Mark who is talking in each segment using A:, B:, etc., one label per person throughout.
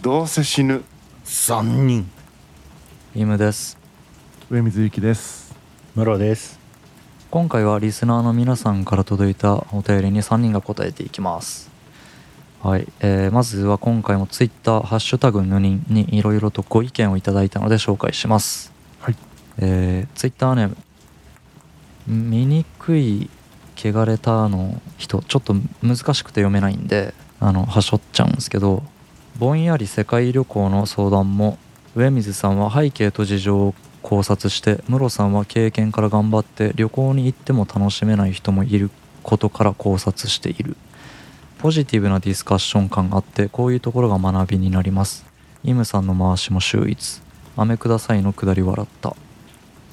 A: どうせ死ぬ
B: 三人
C: ムです
D: 上水ゆきです
E: ムロです
C: 今回はリスナーの皆さんから届いたお便りに3人が答えていきますはい、えーまずは今回もツイッターハッシュタグぬにん」にいろいろとご意見をいただいたので紹介します
D: はい
C: えー、ツイッターネーム醜い汚れたの人ちょっと難しくて読めないんであのはしょっちゃうんですけどぼんやり世界旅行の相談も上水さんは背景と事情を考察してムロさんは経験から頑張って旅行に行っても楽しめない人もいることから考察しているポジティブなディスカッション感があってこういうところが学びになりますイムさんの回しも秀逸雨くださいのくだり笑った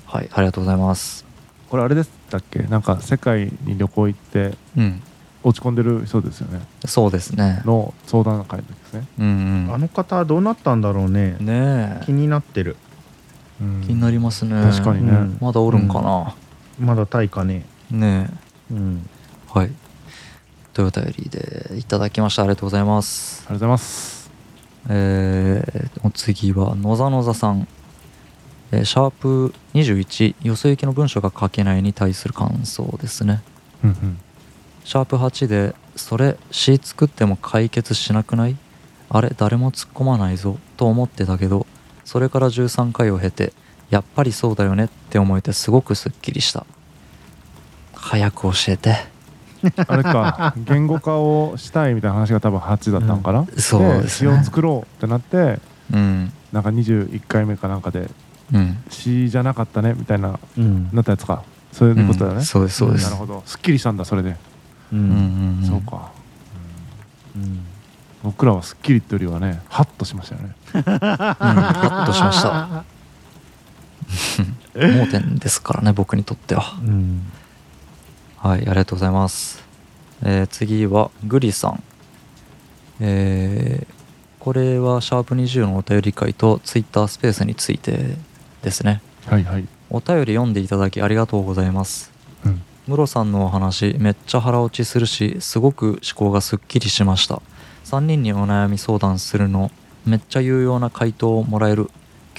C: はいありがとうございます
D: これあれでしたっけなんか世界に旅行行って
C: うん
D: 落ち込んでる人ですよね
C: そうですね
D: の相談会の時ですね
C: うん
E: あ
C: うん
E: の方どうなったんだろうね
C: ね
E: 気
C: え
E: になってる
C: 気になりますね
D: 確かにね、
E: うん
C: まだおるんかな、
E: まだタイかね
C: ねえ
E: うん
C: はい。というお便りでいただきました。ありがとうございます。
D: ありがとうございます
C: えーお次は野ざ野ざさん。えーシャープ21、よそ行きの文章が書けないに対する感想ですね。
D: うんうん
C: シャープ8で「それ詩作っても解決しなくないあれ誰も突っ込まないぞ」と思ってたけどそれから13回を経てやっぱりそうだよねって思えてすごくすっきりした早く教えて
D: あれか言語化をしたいみたいな話が多分8だったんかな、
C: そうですね
D: 詩を作ろうってなって
C: うん
D: なんか21回目かなんかで
C: うん
D: 詩じゃなかったねみたいな
E: うん
D: なったやつかそういうことだよね、
C: うんそうですそうです
D: なるほどすっきりしたんだそれで、
E: う
C: うん
E: ん
C: うんん
D: そうか
E: うん
D: 僕らはすっきりってよりはねハッとしましたよね
C: うんハッとしました 盲点ですからね僕にとっては
E: うん
C: はい、ありがとうございます。えー次は、グリさん。えーこれは、シャープ20のお便り会と、ツイッタースペースについてですね。
D: はいはい、
C: お便り読んでいただきありがとうございます。
D: うん、
C: ムロさんのお話、めっちゃ腹落ちするし、すごく思考がすっきりしました。3人にお悩み相談するの、めっちゃ有用な回答をもらえる。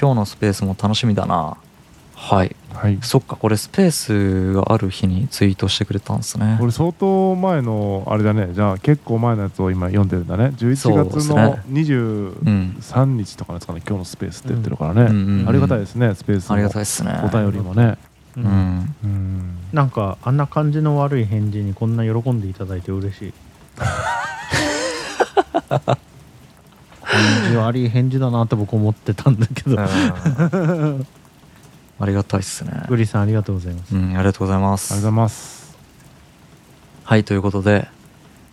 C: 今日のスペースも楽しみだな。はい。
D: はい
C: そっか、これスペースがある日にツイートしてくれたんですね。
D: これ相当前のあれだねじゃあ結構前のやつを今読んでるんだね
C: そう
D: 11
C: で
D: 月
C: す
D: の
C: ねう
D: 23
C: ん、
D: 日とかですかね今日のスペースって言ってるからね、
C: うんうんうん
D: ありがたいですねスペース
C: ありがたい
D: の
C: ですね。
D: お便りもね
E: う
C: うんん、
D: うん
E: なんかあんな感じの悪い返事にこんな喜んでいただいて嬉 しい返事悪い返事だなって僕思ってたんだけど
C: ありがたいですね。
E: グリさんありがとうございます
C: うん、ありがとうございま
D: ありがとうござ
C: す。
D: います
C: はい、ということで、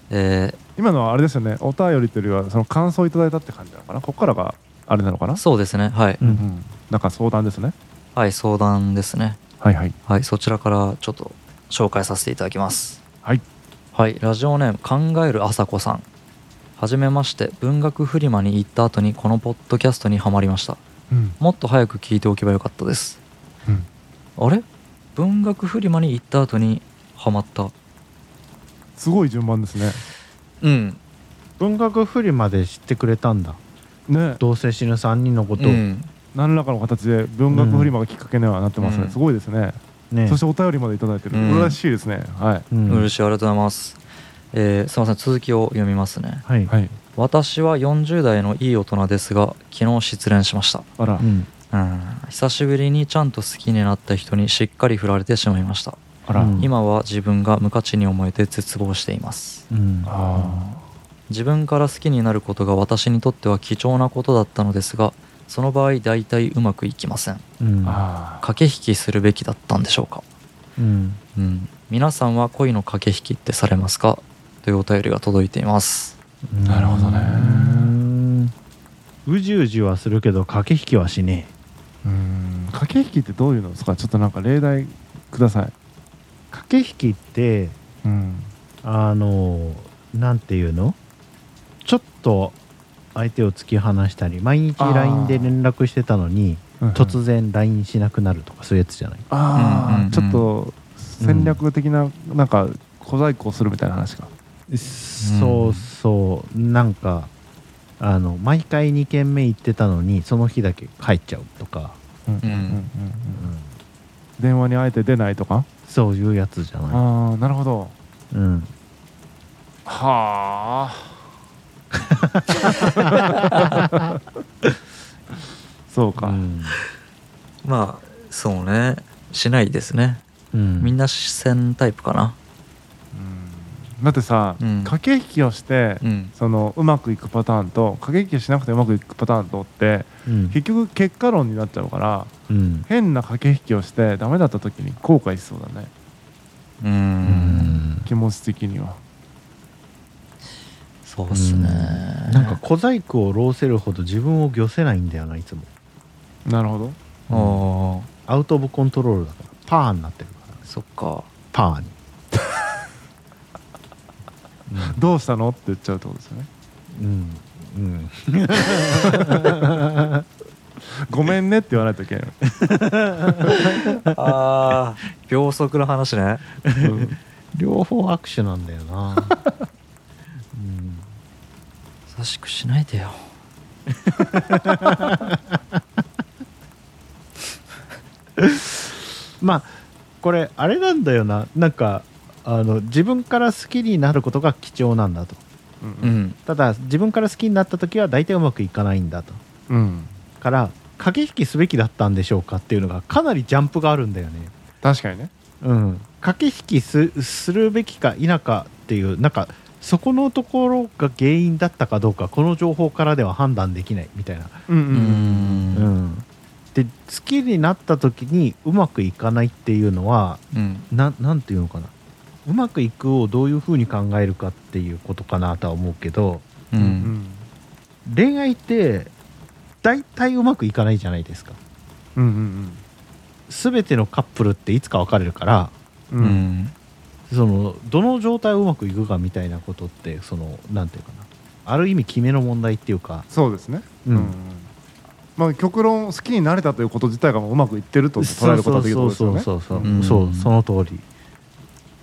C: え
D: 今のはあれですよねお便りというよりはその感想いただいたって感じなのかなここからがあれなのかな
C: ー、そうですね、はい、
E: うん
D: うんなんか相談ですね
C: はい、相談ですね。
D: はいはい
C: はい、そちらからちょっと紹介させていただきます。
D: はい
C: はい、ラジオネーム考える朝子さん。はじめまして、文学フリマに行った後にこのポッドキャストにはまりました。
D: うん
C: もっと早く聞いておけばよかったです。
D: うん
C: あれ文学フリマに行った後にはまった。
D: すごい順番ですね
C: うん、
E: 文学フリまで知ってくれたんだ
D: ね
E: どうせ死ぬ3人のこと
C: う
E: を
C: ん、
D: 何らかの形で文学フリマがきっかけにはなってますね、
C: うん
D: すごいですね、
E: ね
D: そしてお便りまでいただいてる、
C: うん
D: これらしいですねは
E: う
C: 嬉
E: ん
C: しいありがとうございます、えーすいません続きを読みますね
E: はい
D: いはい
C: 私は40代のいい大人ですが昨日失恋しました
D: あら、
E: うん
C: うん久しぶりにちゃんと好きになった人にしっかり振られてしまいました
D: あら、
E: うん
C: 今は自分が無価値に思えて絶望しています
E: うん
D: あ
C: 自分から好きになることが私にとっては貴重なことだったのですがその場合大体うまくいきません
E: うん
D: ーあー
C: 駆け引きするべきだったんでしょうか
E: うん
C: うん皆さんは恋の駆け引きってされますかというお便りが届いています
D: なるほどね
E: うんうじうじはするけど駆け引きはしね
D: うーん駆け引きってどういうのですかちょっとなんか例題ください
E: え駆け引きって
D: うん
E: あのなんていうのちょっと相手を突き放したり毎日
D: あー
E: LINE で連絡してたのに
D: うん
E: 突然 LINE しなくなるとかそういうやつじゃない
D: ああ、
C: うんうんうん
D: ちょっと戦略的ななんか小細工をするみたいな話か、
E: そうそうなんかあの毎回2軒目行ってたのにその日だけ帰っちゃうとか、
D: うんうんうんうん
E: うん
D: 電話にあえて出ないとか
E: そういうやつじゃな
D: ああなるほど
E: い、うん、
D: はあそうか、
E: うん
C: まあそうねしないですね
E: うん、
C: みんな視線タイプかな
D: うんだってさ、
C: うん
D: 駆け引きをして、
C: うん
D: そのうまくいくパターンと駆け引きをしなくてうまくいくパターンとって
E: うん
D: 結局結果論になっちゃうから
E: うん
D: 変な駆け引きをしてダメだった時に後悔しそうだね
C: う
E: うんん
D: 気持ち的には
C: そうっすね
E: うんなんか小細工を浪せるほど自分を御せないんだよないつも
D: なるほど
C: あー
E: アウト・オブ・コントロールだからパーになってるからね
C: そっか
E: パーに
D: どうしたのって言っちゃうってことですよね
E: うんうん
D: ごめんねって言わないといけない、
C: ああ 秒速の話ね
D: うん
E: 両方握手なんだよ な、うん、
C: 優しくしないでよ
E: まあこれあれなんだよななんかあの自分から好きになることが貴重なんだと
D: う
C: うんん
E: ただ自分から好きになった時は大体うまくいかないんだと
D: うん
E: から駆け引きすべきだったんでしょうかっていうのがかなりジャンプがあるんだよね
D: 確かにね
E: うん駆け引きすするべきか否かっていうなんかそこのところが原因だったかどうかこの情報からでは判断できないみたいな
D: うん
C: う
E: うんんで好きになった時にうまくいかないっていうのは
C: うん
E: ななんていうのかなうまくいくをどういうふうに考えるかっていうことかなとは思うけど
C: う
D: うんん
E: 恋愛って大体うまくいかないじゃないですか
D: うんうん
E: 全てのカップルっていつか別れるから
D: うんう
C: うんん
E: そのどの状態をうまくいくかみたいなことってそのなんていうかなある意味決めの問題っていうか、
D: そうですね
E: うん
D: まあ極論好きになれたということ自体がもううまくいってると捉えることができるってことですよね
E: そうそうそうそう,、
C: うん
E: そうその通り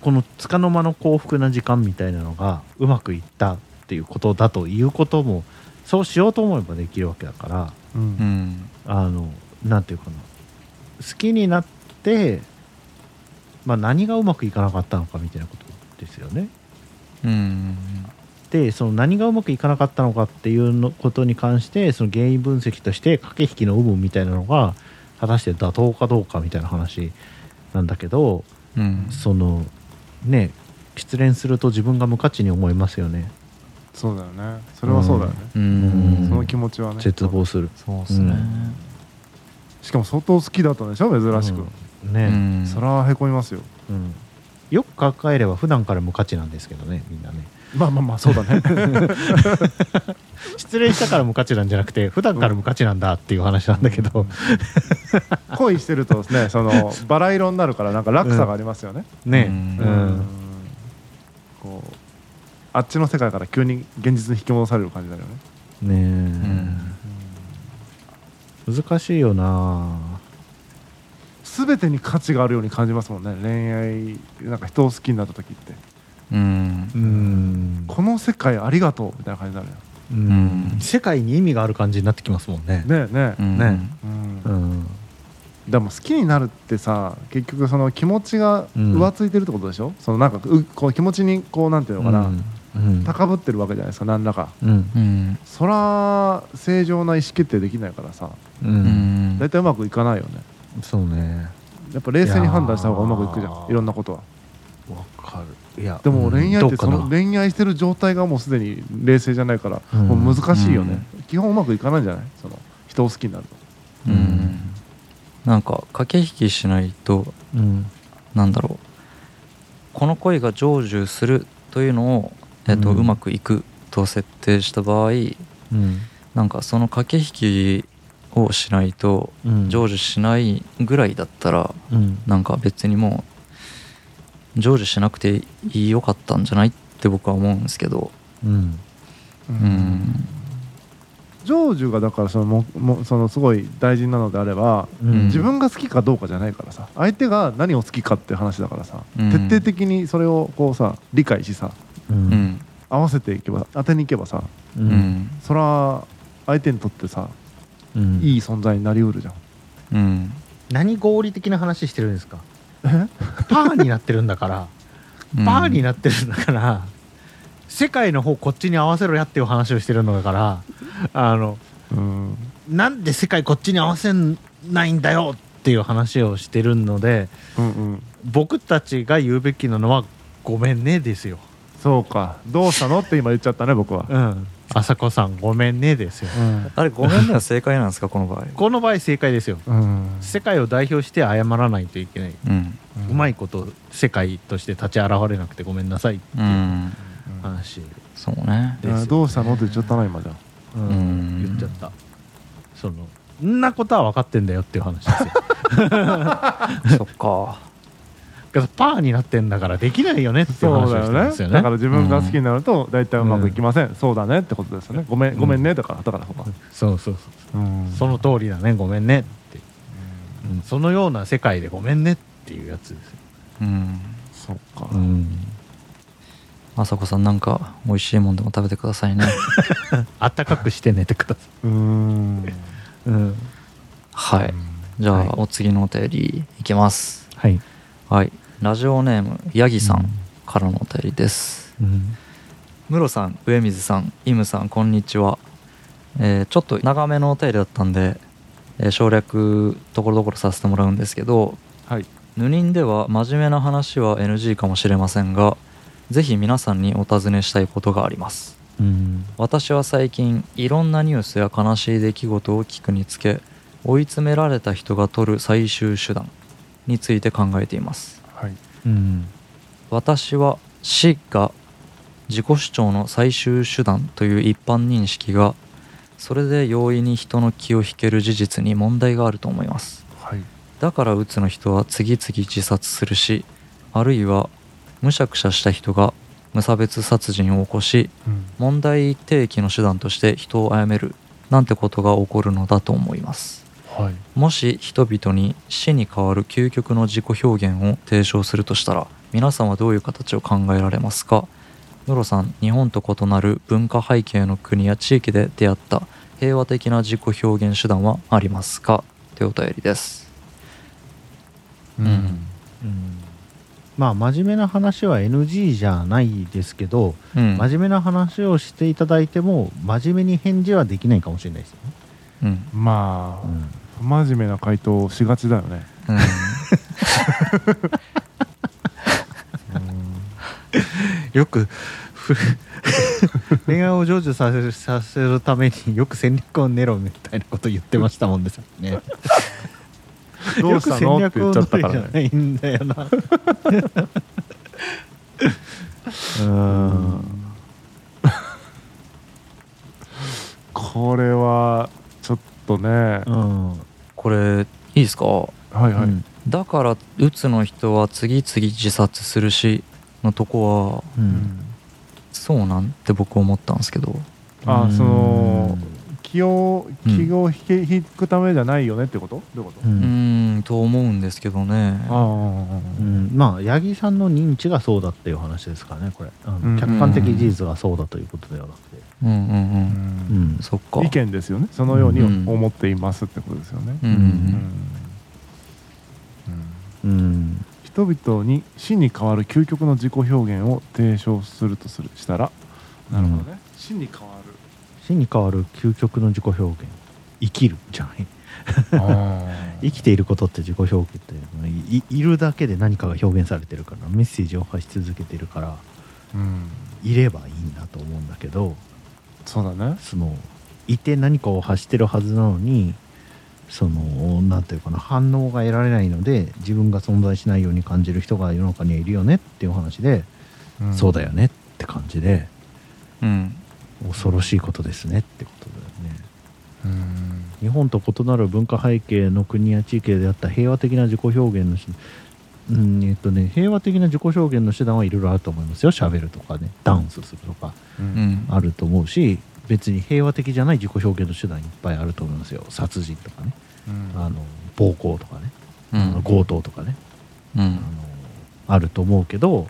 E: このつかの間の幸福な時間みたいなのがうまくいったっていうことだということもそうしようと思えばできるわけだから
D: う
C: うんん
E: あのなんていうかな好きになって、まあ、何がうまくいかなかったのかみたいなことですよね。
C: うん
E: でその何がうまくいかなかったのかっていうのことに関してその原因分析として駆け引きの有無みたいなのが果たして妥当かどうかみたいな話なんだけど
C: うん
E: そのね失恋すると自分が無価値に思いますよね
D: そうだよねそれはそうだよね
C: う
E: うん
C: ん
D: その気持ちはね
E: 絶望する
C: そうっすね
D: しかも相当好きだったんでしょ珍しく、
E: うん
C: う
E: ね、
C: ん
D: それはへこみますよ
E: うんよく考えれば普段から無価値なんですけどねみんなね
D: まあまあまあそうだね
E: 失恋したから無価値なんじゃなくて普段から無価値なんだっていう話 なんだけど、
D: 恋してるとねそのバラ色になるからなんか落差がありますよね、
E: ね
C: う
E: うんん、
D: こうあっちの世界から急に現実に引き戻される感じだよね、
E: ねえ、難しいよな
D: 全てに価値があるように感じますもんね恋愛なんか人を好きになった時って
C: うん
E: うん
D: この世界ありがとうみたいな感じになる
E: うん世界に意味がある感じになってきますもんね。
D: よねえねえ
C: うん
E: ね
D: うん
E: うん
D: でも好きになるってさ結局その気持ちが浮ついてるってことでしょ、そのなんかうこう気持ちにこうなんていうのかな、
E: うん
D: 高ぶってるわけじゃないですか何らか
E: うん
C: うん
D: そら正常な意思決定できないからさ
E: う
C: うんん
D: 大体うまくいかないよね
E: そうね
D: やっぱ冷静に判断した方がうまくいくじゃ
E: いや
D: ん
E: ー
D: いろんなことは
E: わかるいや
D: でも恋愛ってその
E: 恋
D: 恋愛してる状態がもうすでに冷静じゃないから、
E: うん
D: もう難しいよね、基本うまくいかないんじゃないその人を好きになると
C: うんなんか駆け引きしないと
E: うん
C: なんだろうこの恋が成就するというのを、えっと
E: うん
C: うまくいくと設定した場合
E: うん
C: なんかその駆け引きをしないと
E: うん
C: 成就しないぐらいだったら
E: うん
C: なんか別にもう成就しなくていいよかったんじゃないって僕は思うんですけど
E: うん
C: うん
D: 成就がだからそのももそのすごい大事なのであれば
E: うん
D: 自分が好きかどうかじゃないからさ相手が何を好きかって話だからさ、
C: うん
D: 徹底的にそれをこうさ理解しさ
E: う
C: うんん
D: 合わせていけば当てにいけばさ
E: う
C: うんん
D: それは相手にとってさ
E: うん
D: いい存在になりうるじゃん
C: うん
E: 何合理的な話してるんですか
D: え
E: パーになってるんだから
C: うん
E: バーになってるんだから、世界の方こっちに合わせろやっていう話をしてるのだからあの
D: うん
E: なんで世界こっちに合わせないんだよっていう話をしてるので
D: うんうん
E: 僕たちが言うべきなのは「ごめんね」ですよ。
D: そうかどうしたのって今言っちゃったね僕は
E: うん。朝子さんごめんねですよ。
D: うん
C: あれごめんねは正解なんですかこの 場合
E: この場合正解ですよ。
D: うん
E: 世界を代表して謝らないといけない。
C: うん
E: うまいこと世界として立ち現れなくてごめんなさいって
C: う
E: いうん話。
C: そうね
E: ですよね
D: どうしたのって言っちゃったな今じゃ
E: う
C: うん
E: 言
C: ん
E: っちゃったそのんなことは分かってんだよっていう話 ですよ
C: そっか
E: けどパーになってんだからできないよねっていう話をしてたんですよね
D: だから自分が好きになると大体うまくいきません、そうだねってことですよねごめんごめんねだからだからほら
E: そうそう
D: うん
E: そうその通りだねごめんねって、うんそのような世界でごめんねっていうやつですよ、
C: うん
D: そっか
C: あさこさんなんか美味しいもんでも食べてくださ いね
E: あったかくして寝てくださ
D: うん
E: い、うん、
C: はいじゃあ、
E: はい
C: お次のお便りいきます
E: はい、
C: はいラジオネームヤギさんからのお便りです、
E: うん、
C: ムロさん上水さんイムさんこんにちは、えーちょっと長めのお便りだったんで、えー省略ところどころさせてもらうんですけど
D: はい
C: ヌニンでは真面目な話は NG かもしれませんがぜひ皆さんにお尋ねしたいことがあります
E: うん
C: 私は最近いろんなニュースや悲しい出来事を聞くにつけ追い詰められた人が取る最終手段について考えています
D: はい
E: うん
C: 私は死が自己主張の最終手段という一般認識がそれで容易に人の気を引ける事実に問題があると思います
D: はい
C: だからうつの人は次々自殺するしあるいはむしゃくしゃした人が無差別殺人を起こし
D: うん
C: 問題提起の手段として人を殺めるなんてことが起こるのだと思います
D: はい
C: もし人々に死に代わる究極の自己表現を提唱するとしたら皆さんはどういう形を考えられますかムロさん日本と異なる文化背景の国や地域で出会った平和的な自己表現手段はありますかというお便りですうん
E: うんまあ真面目な話は NG じゃないですけど、
C: うん
E: 真面目な話をしていただいても真面目に返事はできないかもしれないですよね、
C: うん
D: まあ、不真面目な回答をしがちだよね
C: うん
E: よくふ恋愛を成就させるさせるためによく戦略を練ろみたいなこと言ってましたもんですね
D: どうしたのって言っちゃったからね
E: よく戦略を練るじゃないんだよなうん
D: これはちょっとね、
E: うん
C: これいいですか
D: はいはい、
E: うん
C: だからうつの人は次々自殺するしのとこは
E: うん
C: そうなんて僕思ったんですけど
D: あその
E: うん
D: 気を気を引け、引くためじゃないよねってことどういうこと、
C: うーんと思うんですけどね
D: あ
E: うん、まあ八木さんの認知がそうだっていう話ですからねこれあの
D: うん
E: 客観的事実がそうだということではなくて、
C: うんうんうん
D: あ、う
E: う
D: ん
C: うんそっか
D: ん、意見ですよねそのように
C: うん
D: 思っていますってことですよね、
C: うんう
D: うん
C: ん
E: うん
D: 人々に死に代わる究極の自己表現を提唱するとするしたらなるほどね、死に変わる
E: 死に代わる究極の自己表現生きるじゃない
D: あ
E: 生きていることって自己表現っていうのはいいるだけで何かが表現されてるからメッセージを発し続けてるから
D: うん、
E: いればいいんだと思うんだけど
D: そうだね
E: そのいて何かを発してるはずなのにその何ていうかな反応が得られないので自分が存在しないように感じる人が世の中にはいるよねっていうお話で、そうだよねって感じで
C: うん
E: 恐ろしいことですねってことだよね
D: うん
E: 日本と異なる文化背景の国や地域であった平和的な自己表現のしうんえっとね平和的な自己表現の手段はいろいろあると思いますよ喋るとかねダンスするとか
D: う
C: うんん
E: あると思うし別に平和的じゃない自己表現の手段いっぱいあると思いますよ殺人とかねあの暴行とかね、
C: う
E: あの
C: ん
E: 強盗とかね
C: う
E: あの
C: ん
E: あると思うけど、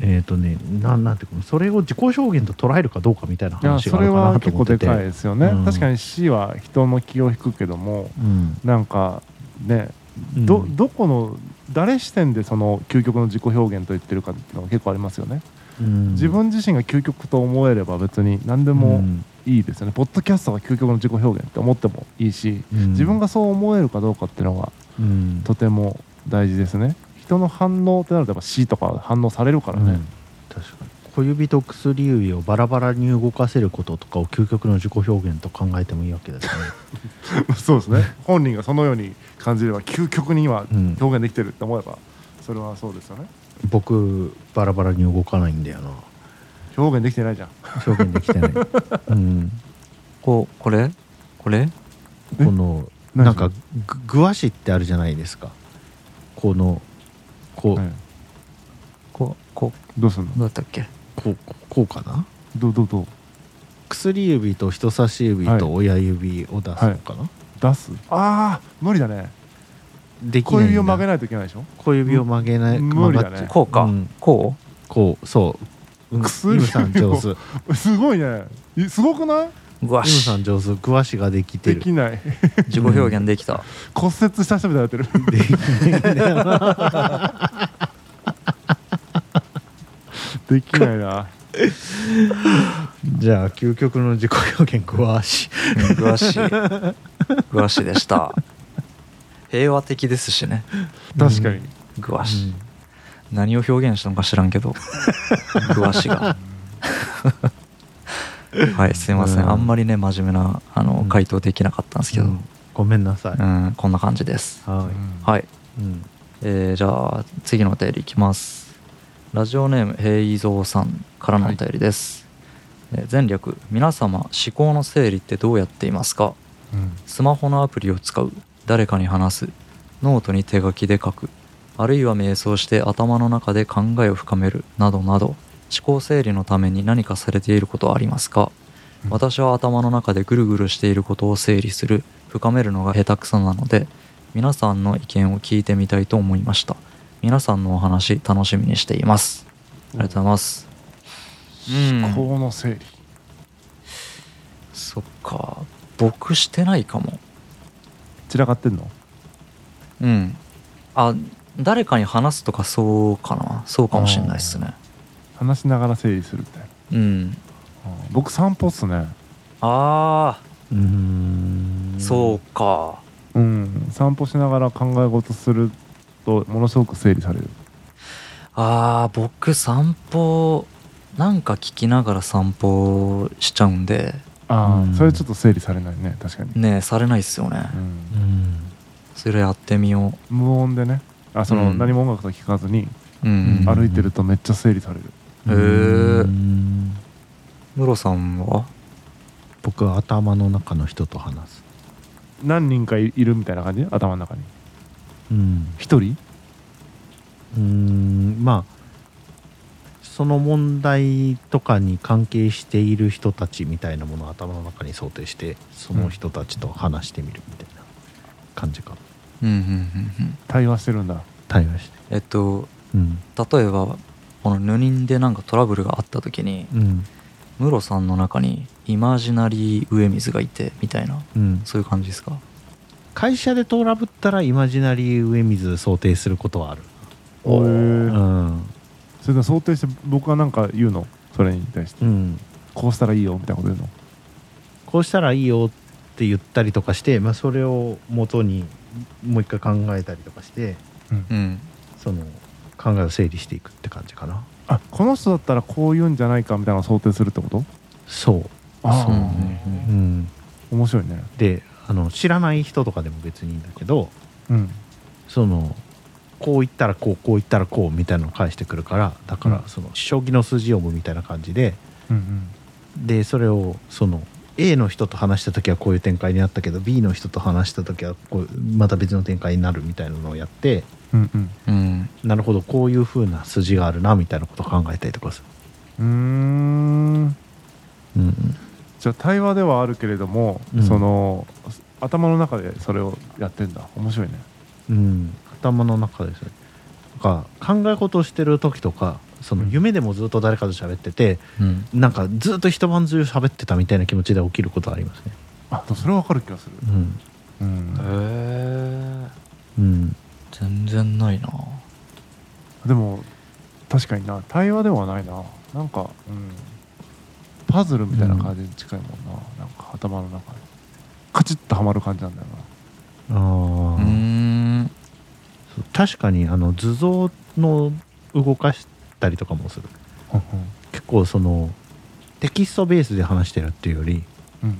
E: ええっ、とねななんていうかそれを自己表現と捉えるかどうかみたいない
D: や
E: 話
D: そ
E: があ
D: れ
E: るか
D: は
E: なと
D: 結
E: 思
D: 構で
E: ってて
D: かいですよね、
E: うん
D: 確かに C は人の気を引くけども
E: うん
D: なんかね
E: うん
D: どどこの誰視点でその究極の自己表現と言ってるかっていうのが結構ありますよね、
E: うん
D: 自分自身が究極と思えれば別に何でもいいですよね、ポッドキャストが究極の自己表現って思ってもいいし、
E: うん
D: 自分がそう思えるかどうかっていうのが
E: うん
D: とても大事ですね人の反応ってなるとやっぱ C とか反応されるから
E: う
D: ね
E: ん、確かに小指と薬指をバラバラに動かせることとかを究極の自己表現と考えてもいいわけですね。
D: そうですね本人がそのように感じれば究極に今
E: うん
D: 表現できてるって思えばそれはそうですよね
E: 僕バラバラに動かないんだよな
D: 表現できてないじゃん
E: 表現できてない、 うん、
C: こうこれこれ
E: この
D: 何
E: なんかぐ具足ってあるじゃないですかこのこう、
D: はい
C: こうこ
D: どうすんの
C: うどうだったっけ
E: こうこうこうかな
D: どうどうどう
E: 薬指と人差し指と親指を出すのかな、
D: 出すああ無理だね
E: できない
D: 小
E: んだ
D: 指を曲げないといけないでしょ
E: 小指を曲げない
D: 無
E: 曲
D: 無
E: が
D: 理だね
C: こうか、
E: うん
C: こう
E: こうそう、うん、
D: 薬
E: イムさん上手イ
D: すごいねいすごくないう
C: わ
E: ムさ
C: し
E: ん上手具足ができて
D: で
E: る
D: きない
C: 自己表現できた
D: 骨折した人みたいになってる
E: できないんだよな
D: できないな
E: じゃあ究極の自己表現具足
C: うんぐわしぐわしでした平和的ですしね
D: 確かに、
C: ぐわし、何を表現したのか知らんけどぐわしが はいすいません、
E: うん
C: あんまりね真面目なあの
E: うん
C: 回答できなかったんですけど、
E: う
C: うんん
E: ごめんなさい、
C: こんな感じです
E: は
D: はい
C: はい、
E: い、うん
C: えーじゃあ次のお便りいきますラジオネーム平井蔵さんからのお便りです、えー前略皆様思考の整理ってどうやっていますかスマホのアプリを使う誰かに話すノートに手書きで書くあるいは瞑想して頭の中で考えを深めるなどなど思考整理のために何かされていることはありますか
D: うん
C: 私は頭の中でぐるぐるしていることを整理する深めるのが下手くそなので皆さんの意見を聞いてみたいと思いました皆さんのお話楽しみにしていますありがとうございますうん
D: 思考の整理、
C: そっか僕してないかも
D: 散らかってんの
C: うんあ誰かに話すとかそうかなそうかもしれないっすね
D: 話しながら整理するみたいな
C: うん
D: うん僕散歩っすね
C: ああ、
E: うーん
C: そうか
D: うん散歩しながら考え事するとものすごく整理される
C: あー僕散歩なんか聞きながら散歩しちゃうんで
D: あ
E: うん
D: あそれちょっと整理されないね確かに、
C: ねえされないっすよね
D: うん
E: うん
C: それやってみよ
D: 無音でねあその、
C: うん
D: 何も音楽とか聴かずに
C: ううん
E: あ
D: 歩いてるとめっちゃ整理される、
C: へえ
E: うー
C: ム
E: ん
C: ロさんは
E: 僕は頭の中の人と話す
D: 何人かいいるみたいな感じ頭の中に
E: うん
D: 一人
E: うーんまあその問題とかに関係している人たちみたいなものを頭の中に想定してその人たちと話してみるみたいな感じか
C: うんうんうんうん
D: 対話してるんだ
E: 対話して
C: えっと
E: うん
C: 例えばこのヌニンでなんかトラブルがあった時に
E: うん
C: ムロさんの中にイマジナリー上水がいてみたいな
E: うん
C: そういう感じですか
E: 会社でトラブったらイマジナリー上水想定することはある
D: お
E: う
D: ー
E: ん
D: それで想定して僕は何か言うのそれに対して
E: うん
D: こうしたらいいよみたいなこと言うの
E: こうしたらいいよって言ったりとかして、まあ、それを元にもう一回考えたりとかして
C: うん
E: その考えを整理していくって感じかな
D: あこの人だったらこう言うんじゃないかみたいなのを想定するってこと
E: そう、
D: あ
C: そう
E: う
C: ね
D: あ
E: ん、
D: 面白いね
E: であの知らない人とかでも別にいいんだけど
D: うん
E: そのこう言ったらこうこう言ったらこうみたいなのを返してくるからだか
D: う
E: ら
D: ん
E: その将棋の数字読むみたいな感じで
D: うんうん
E: でそれをその A の人と話した時はこういう展開になったけど B の人と話した時はこうまた別の展開になるみたいなのをやって
D: うんうん
C: うん
E: なるほどこういう風な筋があるなみたいなことを考えたりとかす
D: うーん
E: る、うん
D: じゃあ対話ではあるけれども、
E: うん
D: その頭の中でそれをやってんだ面白いね
E: うん、頭の中ですねなんか考え事をしてる時とかその夢でもずっと誰かと喋ってて、
C: うん
E: なんかずっと一晩中喋ってたみたいな気持ちで起きることはありますね。
D: あそれはわかる気がする、
E: うん
D: うん
C: へえ
E: うん、
C: 全然ないな
D: でも確かにな対話ではないななんか、うん、パズルみたいな感じに近いもんな,、なんか頭の中にカチッとはまる感じなんだよ
E: あー
C: うーん
E: そう確かにあの図像の動かしたりとかもする
D: な
E: 結構そのテキストベースで話してるっていうより
D: うんうん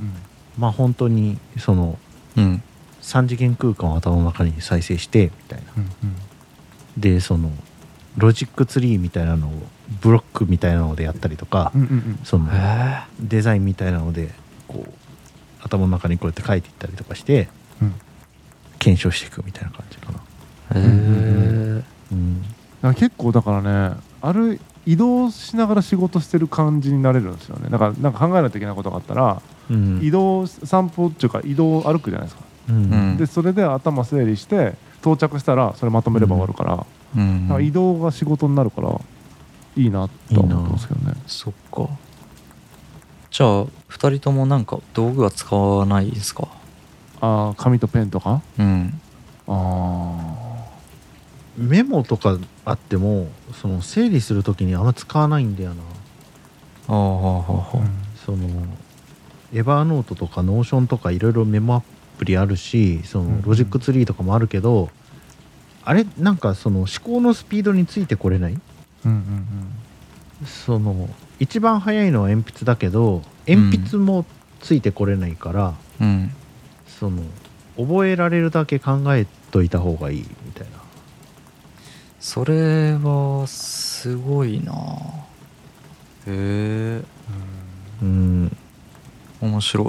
E: まあ本当にその
C: うん
E: 3次元空間を頭の中に再生してみたいな
D: うんうん
E: でそのロジックツリーみたいなのをブロックみたいなのでやったりとか、
D: うんうんうん
E: その
C: へえ
E: デザインみたいなのでこう頭の中にこうやって書いていったりとかして
D: うん
E: 検証していくみたいな感じかな。
C: へえ
E: うん
D: なんか結構だからねある移動しながら仕事してる感じになれるんですよねだからなんか考えないといけないことがあったら、
E: うん
D: 移動散歩っていうか移動歩くじゃないですか、
E: うん
D: でそれで頭整理して到着したらそれまとめれば終わるから、
C: うん
D: なんか移動が仕事になるからいいなとは思ってますけどね
C: そっかじゃあ二人ともなんか道具は使わないですか
D: ああ紙とペンとか
C: うん
D: あ
E: メモとかあってもその整理する時にあんま使わないんだよな
C: ああは
D: あ、
C: あは
E: そのエヴァーノートとかノーションとかいろいろメモアプリあるしそ
D: うん
E: のロジックツリーとかもあるけど、あれなんかその思考のスピードについてこれない
D: うんうん
E: その一番速いのは鉛筆だけど鉛筆もついてこれないから、
C: あうん
E: その覚えられるだけ考えといた方がいいみたいな
C: それはすごいなへえ
D: うん
E: うん
C: 面白い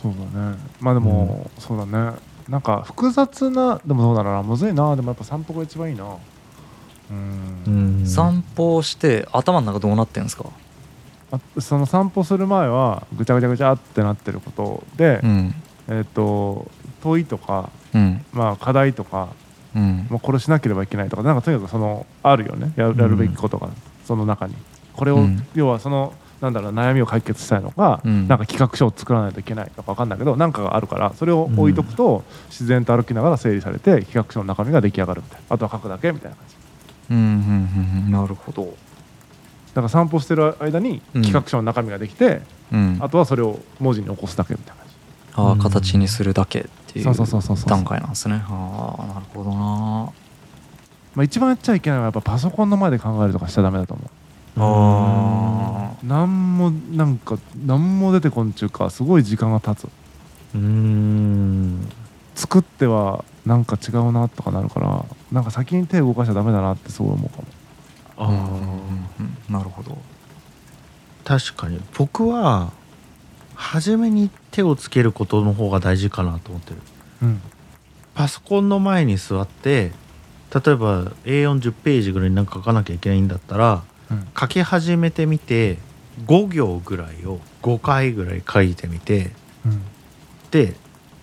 D: そうだねまあでも、そうだねなんか複雑なでもそうだなむずいなでもやっぱ散歩が一番いいなうん
E: うん
C: 散歩をして頭の中どうなってんですか
D: あその散歩する前はぐちゃぐちゃぐちゃってなってることで、
C: うん
D: えっ、と問いとか、
C: うん
D: まあ、課題とか
C: うん
D: もうこれしなければいけないとかなんかとにかくそのあるよねややるべきことが、その中にこれを、
C: うん
D: 要はそのなんだろう悩みを解決したいのか、
C: うん
D: なんか企画書を作らないといけないとかわかんないけどなんかがあるからそれを置いとくと、自然と歩きながら整理されて企画書の中身が出来上がるみたいなあとは書くだけみたいな感じ
C: うんうんうんなるほど
D: だから散歩してる間に
C: うん
D: 企画書の中身ができて、
C: うん
D: あとはそれを文字に起こすだけみたいな感じ。
C: ああ
E: うん
C: 形にするだけっていう
D: そうそうそうそうそう
C: 段階なんですねああなるほどな
D: まあ、一番やっちゃいけないのはやっぱパソコンの前で考えるとかしちゃダメだと思
C: あ
D: うなんもなんかなんも出てこんちゅうかすごい時間が経つ
E: うん
D: 作ってはなんか違うなとかなるからなんか先に手動かしちゃダメだなってすごい思うかも
E: あ
C: あうん
E: ー
C: うんうんなるほど
E: 確かに僕は初めに手をつけることの方が大事かなと思ってる
D: うん
E: パソコンの前に座って例えば A40 ページぐらいになんか書かなきゃいけないんだったら
D: うん
E: 書き始めてみて5行ぐらいを5回ぐらい書いてみて
D: うん
E: で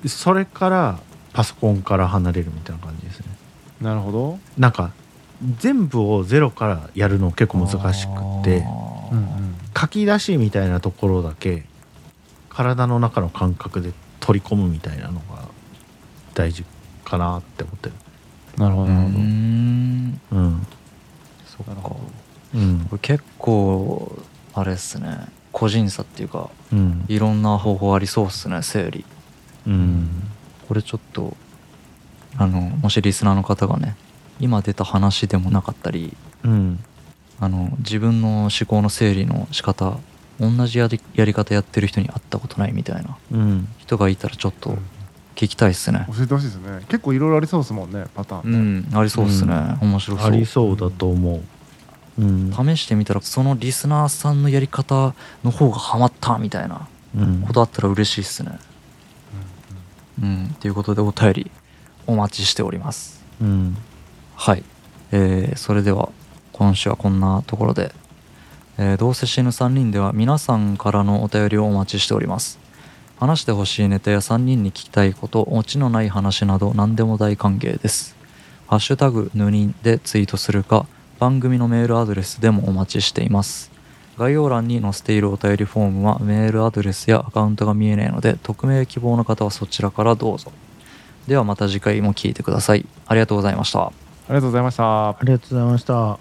E: それからパソコンから離れるみたいな感じですね
D: なるほど
E: なんか全部をゼロからやるの結構難しくって
C: あー
E: 書き出しみたいなところだけ体の中の感覚で取り込むみたいなのが大事かなって思ってる
D: なるほど
C: う
D: なるほど
C: ん
E: うん
C: そっ
D: なる
C: か
D: ほど
E: うん
C: これ結構あれっすね個人差っていうか
E: うん
C: いろんな方法ありそうっすね整理
E: うん
C: これちょっとあのもしリスナーの方がね今出た話でもなかったり
E: うん
C: あの自分の思考の整理の仕方同じやりやり方やってる人に会ったことないみたいな
E: うん
C: 人がいたらちょっと聞きたいっすね
D: 教えてほしいですね結構いろいろありそうですもんねパター
C: う
D: ンね
C: んありそうっすね、面白
E: あ
C: そう
E: りそうだと思ううん
C: 試してみたらそのリスナーさんのやり方の方がハマったみたいな
E: うん
C: ことあったら嬉しいっすねうんということでお便りお待ちしております
E: うん
C: はい、えーそれでは今週はこんなところで、えーどうせ死ぬ3人では皆さんからのお便りをお待ちしております話してほしいネタや3人に聞きたいことオチのない話など何でも大歓迎ですハッシュタグヌニンでツイートするか番組のメールアドレスでもお待ちしています概要欄に載せているお便りフォームはメールアドレスやアカウントが見えないので匿名希望の方はそちらからどうぞではまた次回も聞いてくださいありがとうございました
D: りがとうございました
E: ありがとうございました